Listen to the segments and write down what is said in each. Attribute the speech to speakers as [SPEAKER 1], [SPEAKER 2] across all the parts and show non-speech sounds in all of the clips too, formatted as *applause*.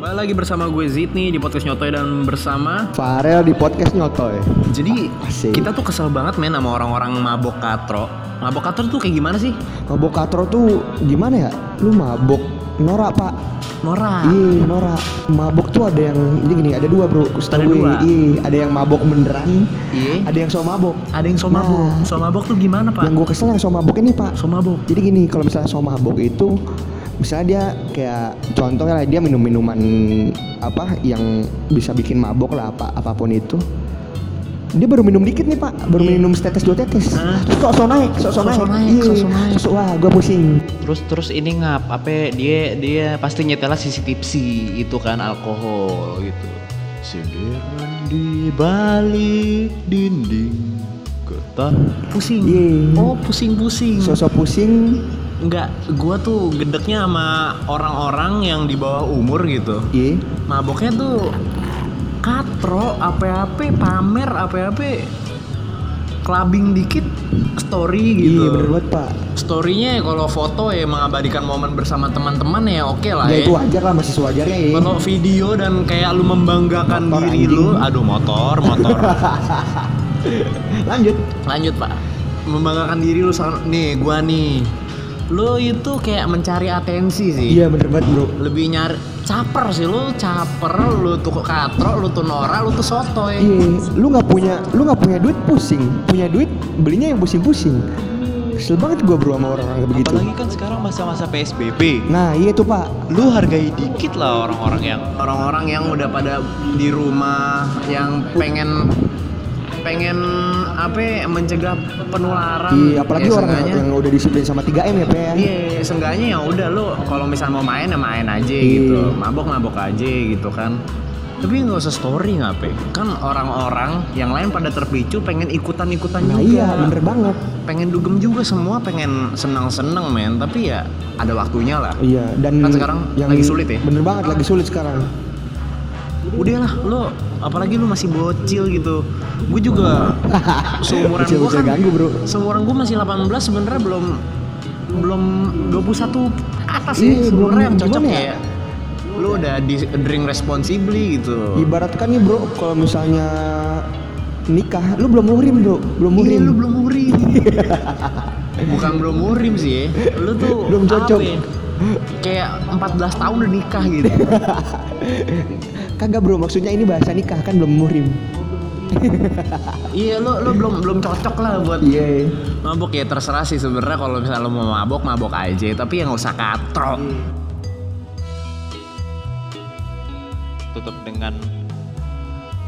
[SPEAKER 1] Kembali lagi bersama gue Zidni di podcast Nyotoy dan bersama
[SPEAKER 2] Farel di podcast eh. nyotoy.
[SPEAKER 1] Jadi
[SPEAKER 2] Asik.
[SPEAKER 1] kita tuh kesel banget men sama orang-orang mabok katro Mabok katro tuh kayak gimana sih?
[SPEAKER 2] Mabok katro tuh gimana ya? Lu mabok norak pak?
[SPEAKER 1] Norak
[SPEAKER 2] Iya norak. Mabok tuh ada yang ini gini ada dua bro. Setahu
[SPEAKER 1] Ada
[SPEAKER 2] gue.
[SPEAKER 1] dua.
[SPEAKER 2] Iya ada yang mabok beneran.
[SPEAKER 1] Iya.
[SPEAKER 2] Ada yang so mabok.
[SPEAKER 1] Ada yang so mabok
[SPEAKER 2] Nah.
[SPEAKER 1] So mabok tuh gimana pak?
[SPEAKER 2] Yang gue kesel yang so mabok ini pak.
[SPEAKER 1] So mabok
[SPEAKER 2] Jadi gini kalau misalnya so mabok itu misalnya dia kayak contohnya lah dia minum minuman apa yang bisa bikin mabok lah apa apapun itu dia baru minum dikit nih pak baru
[SPEAKER 1] Iya.
[SPEAKER 2] minum setetes dua tetes
[SPEAKER 1] Hah?
[SPEAKER 2] terus sok-sok naik sok-sok
[SPEAKER 1] Sok-sok
[SPEAKER 2] naik
[SPEAKER 1] naik,
[SPEAKER 2] Iya.
[SPEAKER 1] sok-sok naik. Hmm.
[SPEAKER 2] Sok-sok, wah gue pusing
[SPEAKER 3] Terus terus ini ngap apa ya, dia dia pasti nyetelnya sisi tipsi itu kan alkohol gitu. Sindiran di balik dinding ketan.
[SPEAKER 1] Pusing
[SPEAKER 2] Iya.
[SPEAKER 1] Oh pusing-pusing
[SPEAKER 2] sok-sok pusing
[SPEAKER 1] Enggak, gue tuh gedeknya sama orang-orang yang di bawah umur gitu
[SPEAKER 2] iya
[SPEAKER 1] Maboknya tuh katro, apa-apa, pamer, apa-apa Clubbing dikit, story gitu
[SPEAKER 2] iya bener banget pak
[SPEAKER 1] Storynya kalau foto ya mengabadikan momen bersama teman-teman ya oke lah ya.
[SPEAKER 2] ya itu wajar lah masih sewajarnya ya
[SPEAKER 1] Kalau video dan kayak lu membanggakan
[SPEAKER 2] Motor,
[SPEAKER 1] diri
[SPEAKER 2] anjing.
[SPEAKER 1] lu, aduh motor,
[SPEAKER 2] *laughs*
[SPEAKER 1] motor.
[SPEAKER 2] *laughs* lanjut
[SPEAKER 1] Lanjut pak, membanggakan diri lu sama nih gua nih. Lu itu kayak mencari atensi sih.
[SPEAKER 2] iya bener banget bro
[SPEAKER 1] Lebih nyari caper sih lu, caper lu tuh katro, lu tuh norak, lu tuh sotoy.
[SPEAKER 2] Iya, lu nggak punya lu nggak punya duit pusing, punya duit belinya yang pusing-pusing. Kesel banget gua bro sama orang-orang kayak begitu.
[SPEAKER 3] Apalagi kan sekarang masa-masa PSBB.
[SPEAKER 2] Nah iya tuh pak,
[SPEAKER 3] Lu hargai dikit lah orang-orang yang
[SPEAKER 1] Orang-orang yang udah pada di rumah yang pengen pengen apa ya, mencegah penularan.
[SPEAKER 2] iya
[SPEAKER 1] Ya,
[SPEAKER 2] apalagi orang
[SPEAKER 1] seenggaknya-
[SPEAKER 2] yang udah disiplin sama 3 m ya pak ya.
[SPEAKER 1] Iya, seenggaknya ya udah lu kalau misal mau main ya main aja
[SPEAKER 2] Iya.
[SPEAKER 1] gitu. Mabok-mabok aja gitu kan. Tapi nggak usah story ngapain. Kan orang-orang yang lain pada terpicu pengen ikutan-ikutan juga.
[SPEAKER 2] Nah iya bener banget.
[SPEAKER 1] Pengen dugem juga semua, pengen senang-senang men. Tapi ya ada waktunya lah.
[SPEAKER 2] Iya dan
[SPEAKER 1] Kan sekarang lagi sulit ya?
[SPEAKER 2] Bener banget lagi sulit sekarang.
[SPEAKER 1] Udahlah lu, apalagi lu masih bocil gitu. Gue
[SPEAKER 2] *laughs*
[SPEAKER 1] juga seumuran
[SPEAKER 2] Bocil-
[SPEAKER 1] gue
[SPEAKER 2] bocil
[SPEAKER 1] kan.
[SPEAKER 2] ganggu, bro.
[SPEAKER 1] Seumuran gue masih 18 sebenarnya belum belum 21 atas
[SPEAKER 2] Iya,
[SPEAKER 1] sih sebenarnya
[SPEAKER 2] belum-
[SPEAKER 1] yang cocok
[SPEAKER 2] gimana
[SPEAKER 1] ya.
[SPEAKER 2] ya?
[SPEAKER 1] Lu udah di drink responsibly
[SPEAKER 2] Iya,
[SPEAKER 1] gitu.
[SPEAKER 2] Ibaratkan nih bro, kalau misalnya nikah, lu belum muhrim bro, belum
[SPEAKER 1] Iya,
[SPEAKER 2] muhrim.
[SPEAKER 1] lu belum
[SPEAKER 2] *laughs*
[SPEAKER 1] murim. Bukan belum murim sih ya. Lu tuh
[SPEAKER 2] Belum
[SPEAKER 1] apa
[SPEAKER 2] cocok.
[SPEAKER 1] ya, Kayak 14 tahun udah nikah gitu.
[SPEAKER 2] *laughs* Kagak bro, maksudnya ini bahasa nikah kan belum muhrim.
[SPEAKER 1] iya, lu lu belum belum cocok lah buat
[SPEAKER 2] Iya.
[SPEAKER 1] mabok ya terserah sih sebenarnya kalau misalnya lu mau mabok mabok aja tapi yang nggak usah katro
[SPEAKER 3] tutup dengan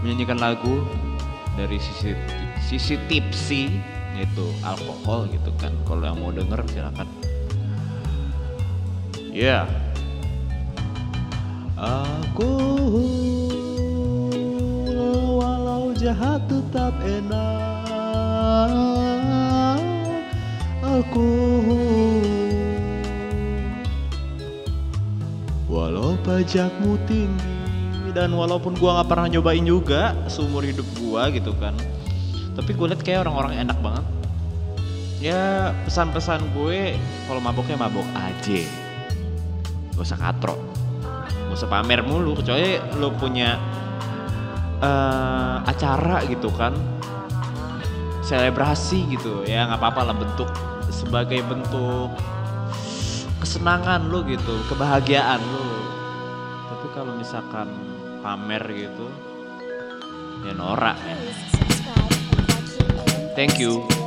[SPEAKER 3] menyanyikan lagu dari sisi sisi tipsi yaitu alkohol gitu kan kalau yang mau denger silakan ya aku walau jahat tetap enak aku Walau pajakmu tinggi dan walaupun gua nggak pernah nyobain juga seumur hidup gua gitu kan. Tapi gue liat kayak orang-orang enak banget. Ya pesan-pesan gue kalau maboknya mabok aja. Gak usah katro. Gak usah pamer mulu kecuali lo punya eh, acara gitu kan. Selebrasi gitu ya nggak apa-apa lah bentuk sebagai bentuk kesenangan lu gitu, kebahagiaan lu. Tapi kalau misalkan pamer gitu, ya norak men.
[SPEAKER 4] Thank you.